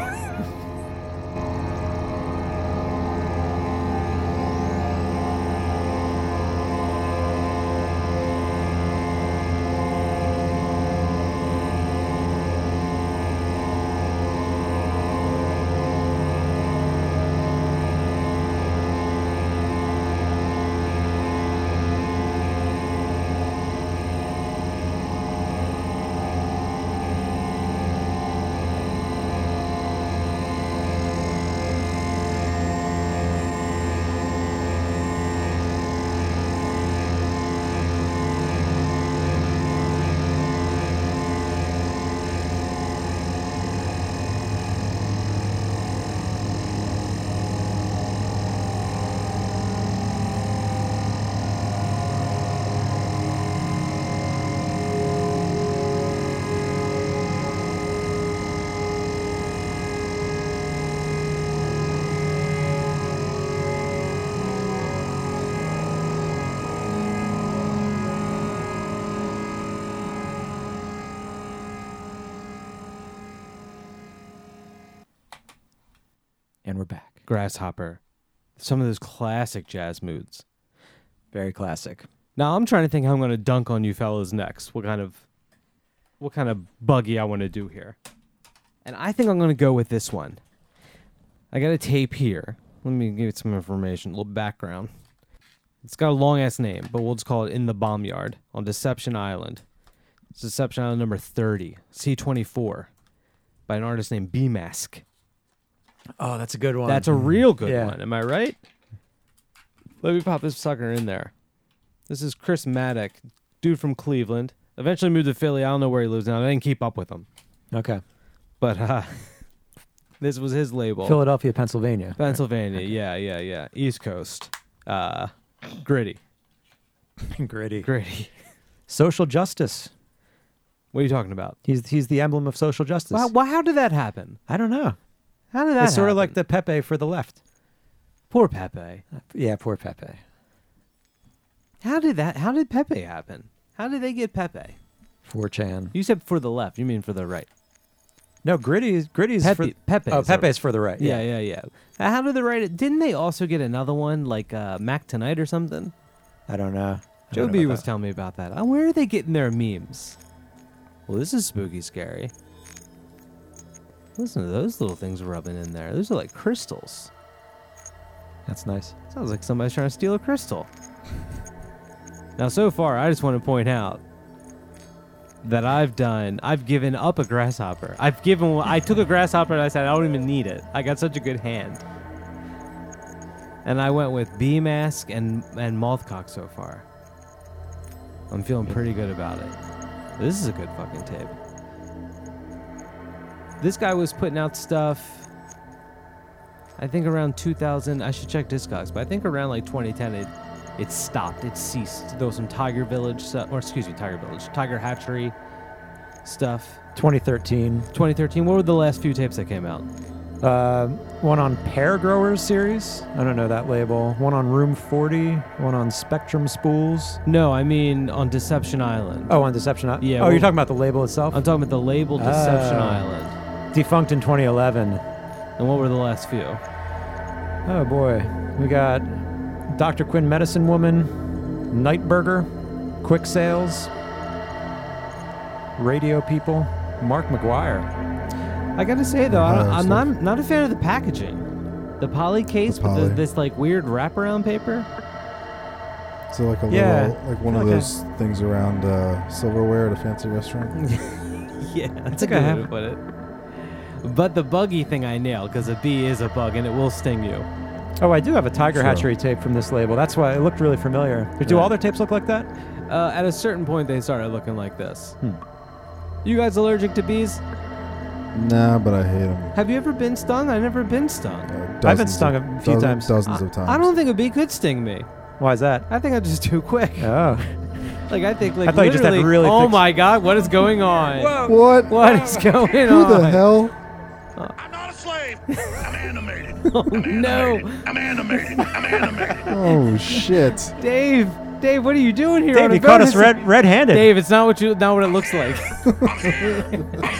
And we're back. Grasshopper. Some of those classic jazz moods. Very classic. Now I'm trying to think how I'm going to dunk on you fellas next. What kind of what kind of buggy I want to do here. And I think I'm going to go with this one. I got a tape here. Let me give it some information, a little background. It's got a long ass name, but we'll just call it In the Bomb Yard on Deception Island. It's Deception Island number 30, C24, by an artist named B Mask. [laughs] Oh, that's a good one. That's a real good Yeah. one. Am I right? Let me pop this sucker in there. This is Chris Maddock, dude from Cleveland. Eventually moved to Philly. I don't know where he lives now. I didn't keep up with him. Okay. But uh, [laughs] this was his label. Philadelphia, Pennsylvania. Pennsylvania. Yeah, yeah, yeah. East Coast. Uh, gritty. Gritty. Gritty. Social justice. What are you talking about? He's he's the emblem of social justice. Wow, why, how did that happen? I don't know. How did that it's sort of happen? like the Pepe for the left. Uh, Poor Pepe. Yeah, poor Pepe. How did that? How did Pepe happen? How did they get Pepe? 4chan. You said for the left. You mean for the right? No, Gritty is Gritty's Pepe. for Pepe. Oh, is the- Pepe's for the right. Yeah, yeah, yeah. Uh, How did the right? Didn't they also get another one like uh, Mac Tonight or something? I don't know. I Joe don't know B about was that. telling me about that. Uh, where are they getting their memes? Well, this is spooky scary. Listen to those little things rubbing in there. Those are like crystals. That's nice. Sounds like somebody's trying to steal a crystal. [laughs] now, so far, I just want to point out that I've done, I've given up a grasshopper. I've given, one- I took a grasshopper and I said, I don't even need it. I got such a good hand. And I went with bee mask and, and mothcock so far. I'm feeling pretty good about it. This is a good fucking tape. This guy was putting out stuff I think around 2000, I should check Discogs, but I think around like 2010, it, it stopped, it ceased. There was some Tiger Village, stuff, or excuse me, Tiger Village, Tiger Hatchery stuff. 2013. 2013, what were the last few tapes that came out? Uh, one on Pear Growers series. I don't know that label. One on Room 40. One on Spectrum Spools. No, I mean on Deception Island. Oh, on Deception Island. Yeah, Oh, you're well- talking about the label itself. Uh, I'm talking about the label Deception Oh. Island. Defunct in 2011. And what were the last few? Oh boy, we got Dr. Quinn, Medicine Woman, Nightburger, Quick Sales, Radio People, Mark McGuire. I gotta say though, I don't, Uh, I'm so- not not a fan of the packaging. The poly case with poly. the, this like weird wraparound paper. [laughs] So like a Yeah. little, like one of Okay. those things around uh, silverware at a fancy restaurant. Yeah, that's think I have to put it. But the buggy thing I nailed because a bee is a bug and it will sting you. Oh, I do have a Tiger Sure. Hatchery tape from this label. That's why it looked really familiar. Do Yeah. all their tapes look like that? Uh, at a certain point, they started looking like this. You guys allergic to bees? nah, but I hate them. Have you ever been stung? I've never been stung. I've been stung a few times. Dozens I- of times. I don't think a bee could sting me. Why is that? I think I'm just too quick. [laughs] Oh, Like I think like I thought you just had literally. really oh thick- my god, what is going on? What? What is going Who on? the hell? I'm not a slave. I'm animated. Oh no, I'm animated. I'm animated. Oh shit! Dave, Dave, what are you doing here? Dave, on a you caught us bonus- red, red-handed. Dave, it's not what you not what it looks [laughs] like. [laughs]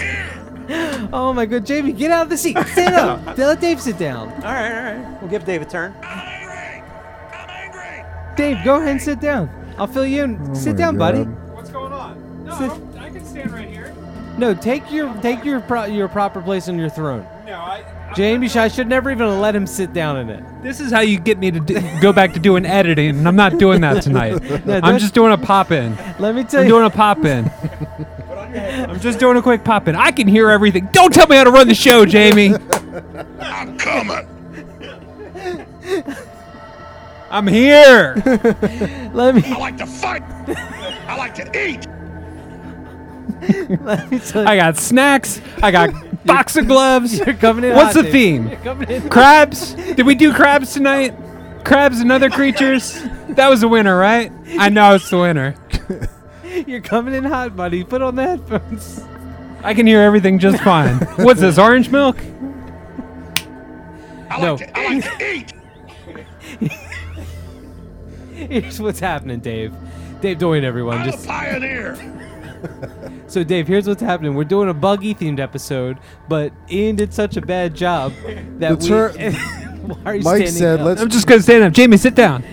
oh my good, Jamie, get out of the seat. Stand [laughs] up. Let Dave sit down. All right, all right. We'll give Dave a turn. I'm angry. I'm angry. Dave, go ahead and sit down. I'll fill you in. Oh sit my down, buddy. God. What's going on? No, Sit- I'm- I can stand right here. No, take your take your pro- your proper place on your throne. No, I. I'm Jamie, not- I should never even let him sit down in it. This is how you get me to do, go back to doing editing, and I'm not doing [laughs] that tonight. I'm that's- just doing a pop in. Let me tell I'm you. doing a pop in. I'm just doing a quick pop in. I can hear everything. Don't tell me how to run the show, Jamie. I'm coming. I'm here. [laughs] let me I like to fight. I like to eat. let me tell you. I got snacks. I [laughs] got boxer gloves. You're coming in What's hot, the Dave. theme? You're coming in. Crabs? Did [laughs] we do crabs tonight? Crabs and other creatures? That was the winner, right? I know it's the winner. [laughs] You're coming in hot, buddy. Put on the headphones. I can hear everything just [laughs] fine. What's this, orange milk? I No. like to, I like [laughs] to eat. Here's what's happening, Dave. Dave Doyen, everyone. I'm [laughs] Just a pioneer. So, Dave, here's what's happening. We're doing a buggy themed episode, but Ian did such a bad [laughs] job that The we. tur- [laughs] Why are you Mike standing said, up? "Let's." I'm just gonna stand up. Jamie, sit down.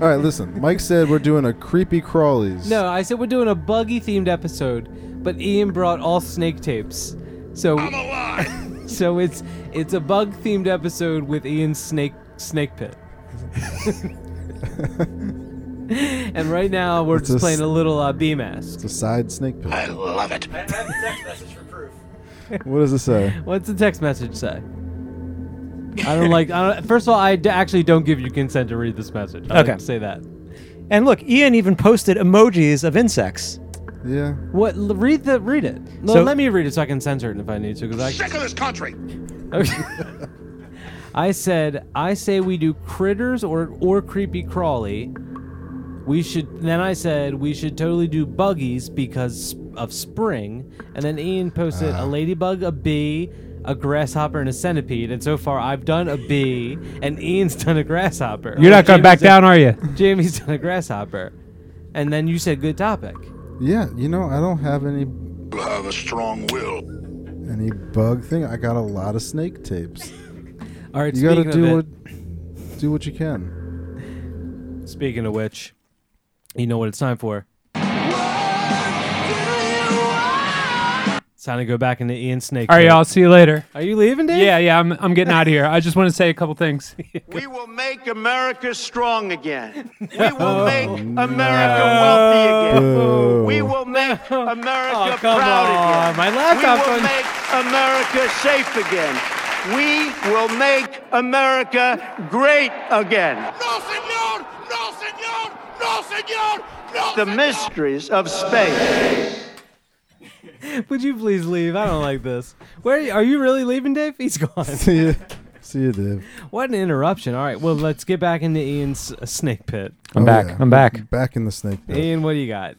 All right, listen. Mike said we're doing a creepy crawlies. No, I said we're doing a buggy themed episode, but Ian brought all snake tapes. So I'm alive. [laughs] so it's it's a bug themed episode with Ian's snake snake [laughs] pit. [laughs] and right now we're It's just a playing s- a little uh, bee mask. It's a side snake pit. I love it. What does it say? What's the text message say? I don't like. I don't, first of all, I d- actually don't give you consent to read this message. I Okay. didn't say that. And look, Ian even posted emojis of insects. Yeah. What? l- Read the. Read it. No, So- let me read it so I can censor it if I need to. Because I Sick of this country. Okay. [laughs] I said, I say we do critters or or creepy crawly. We should. Then I said we should totally do buggies because of spring. And then Ian posted a ladybug, a bee, a grasshopper, and a centipede. And so far, I've done a bee, and Ian's done a grasshopper. You're not gonna back Jamie's done- down, are you? Jamie's done a grasshopper. And then you said good topic. Yeah, you know I don't have any You have a strong will. any bug thing. I got a lot of snake tapes. All right, you gotta speaking of do it- what do what you can. Speaking of which, you know what it's time for. It's time to go back into Ian Snake. All right, y'all. See you later. Are you leaving, Dave? Yeah, yeah. I'm I'm getting out of here. I just want to say a couple things. We will make America strong again. We will make America wealthy again. We will make America [laughs] Oh, come proud on, again. my laptop We will on- make America safe again. We will make America great again. No, senor! No, senor! No, senor! No, The mysteries of space. Would you please leave? I don't like this. Where are you, are you really leaving, Dave? He's gone. [laughs] See you, see you, Dave. what an interruption. All right, well, let's get back into Ian's uh, snake pit. I'm Oh, back. yeah. I'm back. Back in the snake pit. Ian, what do you got?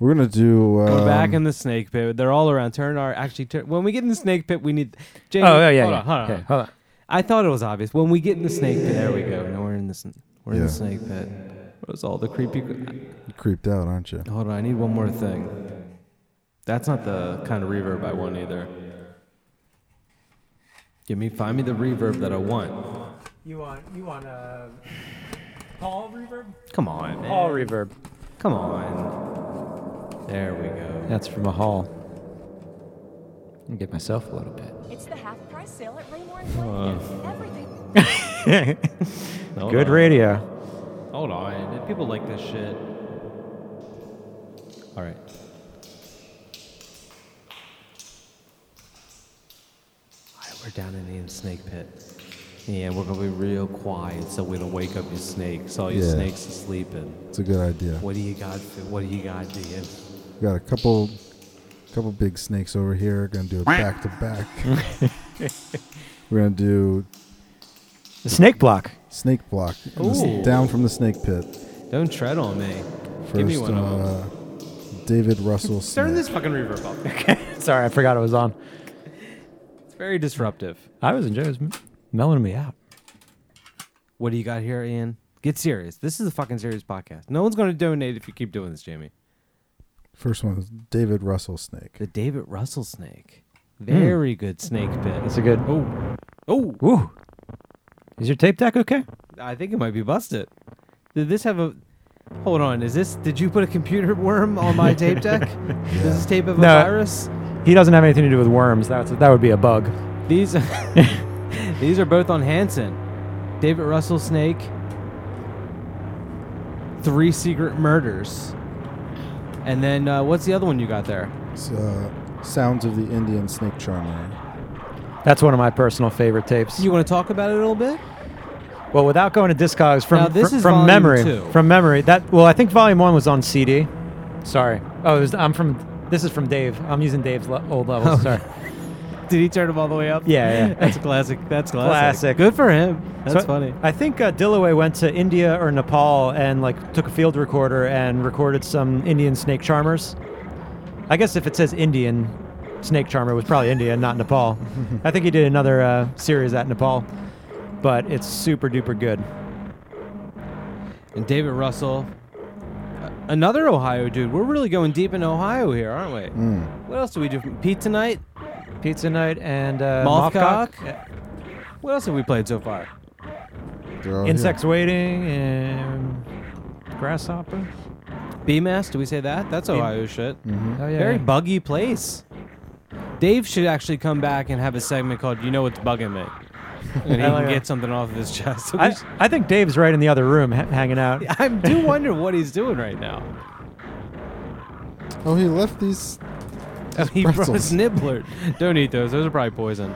We're gonna do. Um, We're back in the snake pit. They're all around. Turn our actually. Turn, when we get in the snake pit, we need. Jamie, Oh, yeah, yeah, hold yeah. On, hold on. Okay, hold on. I thought it was obvious. When we get in the snake pit, there we go. Now we're in this. We're in Yeah. the snake pit. What was all the creepy? You creeped out, aren't you? Hold on, I need one more thing. That's not the kind of reverb I want either. Give me, find me the reverb that I want. You want you want uh, a Paul reverb? Come on, man. Paul reverb. Come on. There we go. That's from a hall. Let me get myself a little bit. It's the half price sale at Raymore and Wow. Flanagan's. Everything. Hold Good on. radio. Hold on, people like this shit. All right. All right, we're down in the snake pit. Yeah, we're gonna be real quiet so we don't wake up your snakes. All your Yeah. snakes are sleeping. It's a good idea. What do you got? For, what do you got, Ian? We got a couple, couple big snakes over here. Gonna do it back to back. [laughs] We're gonna do The snake block. snake block in the s- Ooh. down from the snake pit. Don't tread on me. First, Give me one uh, of them. David Russell. snake. Turn this fucking reverb [laughs] off. Sorry, I forgot it was on. It's very disruptive. I was enjoying it. was m- mellowing me out. What do you got here, Ian? Get serious. This is a fucking serious podcast. No one's gonna donate if you keep doing this, Jamie. First one is David Russell snake. The David Russell snake. Very good snake bit. Hmm. That's a good. Oh, oh! Woo. Is your tape deck okay? I think it might be busted. Did this have a? Hold on. Is this? Did you put a computer [laughs] worm on my tape deck? [laughs] Does this tape have a No. virus? He doesn't have anything to do with worms. That's that would be a bug. [laughs] These, these are both on Hanson. David Russell snake. Three secret murders. And then uh, what's the other one you got there? It's, uh, Sounds of the Indian snake charmer. That's one of my personal favorite tapes. You want to talk about it a little bit? well, without going to Discogs, from Now, this fr- is from volume memory, two. from memory. That well, I think volume one was on CD. Sorry. Oh, it was, I'm from. This is from Dave. I'm using Dave's le- old level. Sorry. Did he turn him all the way up? Yeah, yeah. [laughs] That's a classic. That's classic. Classic. Good for him. That's So, funny. I think uh, Dillaway went to India or Nepal and like took a field recorder and recorded some Indian snake charmers. I guess if it says Indian snake charmer, it was probably India, not [laughs] Nepal. I think he did another uh, series at Nepal, but it's super duper good. And David Russell, uh, Another Ohio dude. We're really going deep in Ohio here, aren't we? Mm. What else do we do? Pizza night, Pizza night and uh, Mothcock. Mothcock. What else have we played so far? They're all here. Insects waiting and grasshopper. Beemass, do we say that? That's Ohio shit. Mhm. Oh yeah. Very yeah. buggy place. Dave should actually come back and have a segment called "You Know What's Bugging Me," and he I can like get that. something off of his chest. [laughs] I, I think Dave's right in the other room ha- hanging out. I do wonder what he's doing right now. Oh, he left these. Oh, he brought Pretzels. us nibbler. Don't eat those. Those are probably poison.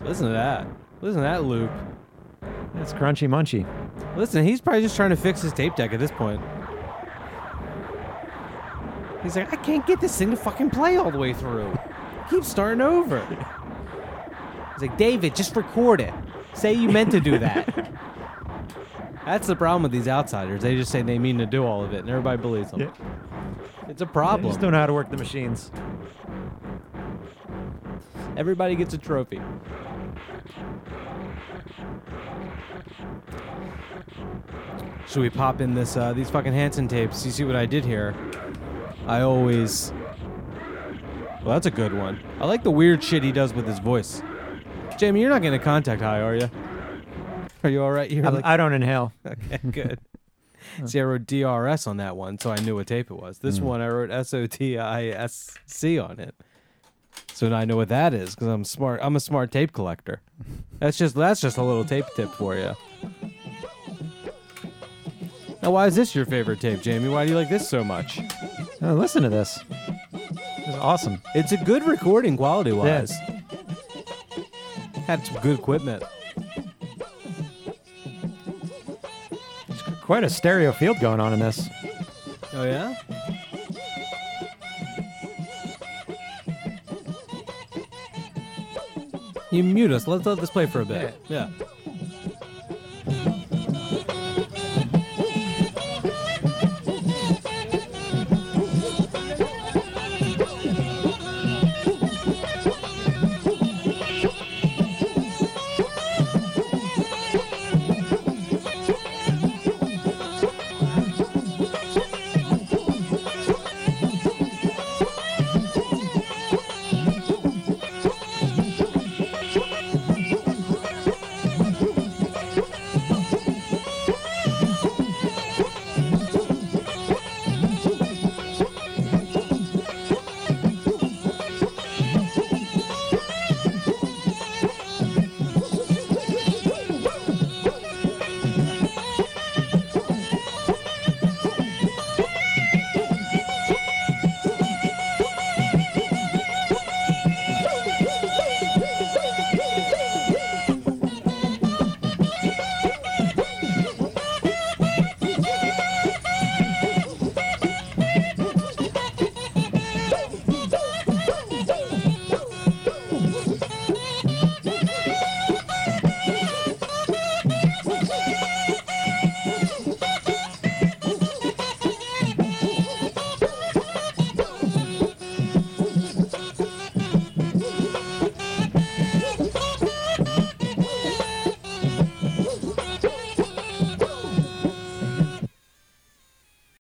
Listen to that. Listen to that loop. It's crunchy munchy. Listen, he's probably just trying to fix his tape deck at this point. He's like, I can't get this thing to fucking play all the way through. Keep starting over. He's like, David, just record it. Say you meant to [laughs] do that. That's the problem with these outsiders. They just say they mean to do all of it, and everybody believes them. Yeah. It's a I problem. just don't know how to work the machines. Everybody gets a trophy. Should we pop in this uh, these fucking Hanson tapes? You see what I did here? I always. Well, that's a good one. I like the weird shit he does with his voice. Jamie, you're not getting a contact high, are you? Are you all right? You're I'm- like, I don't inhale. okay, [laughs] good. [laughs] See, I wrote DRS on that one, so I knew what tape it was. Mm. This one, I wrote S O T I S C on it, so now I know what that is because I'm smart. I'm a smart tape collector. That's just that's just a little tape tip for you. Now, why is this your favorite tape, Jamie? Why do you like this so much? Oh, listen to this. It's awesome. It's a good recording quality wise. Had some good equipment. Quite a stereo field going on in this. Oh yeah. You mute us. Let's let this play for a bit. Yeah.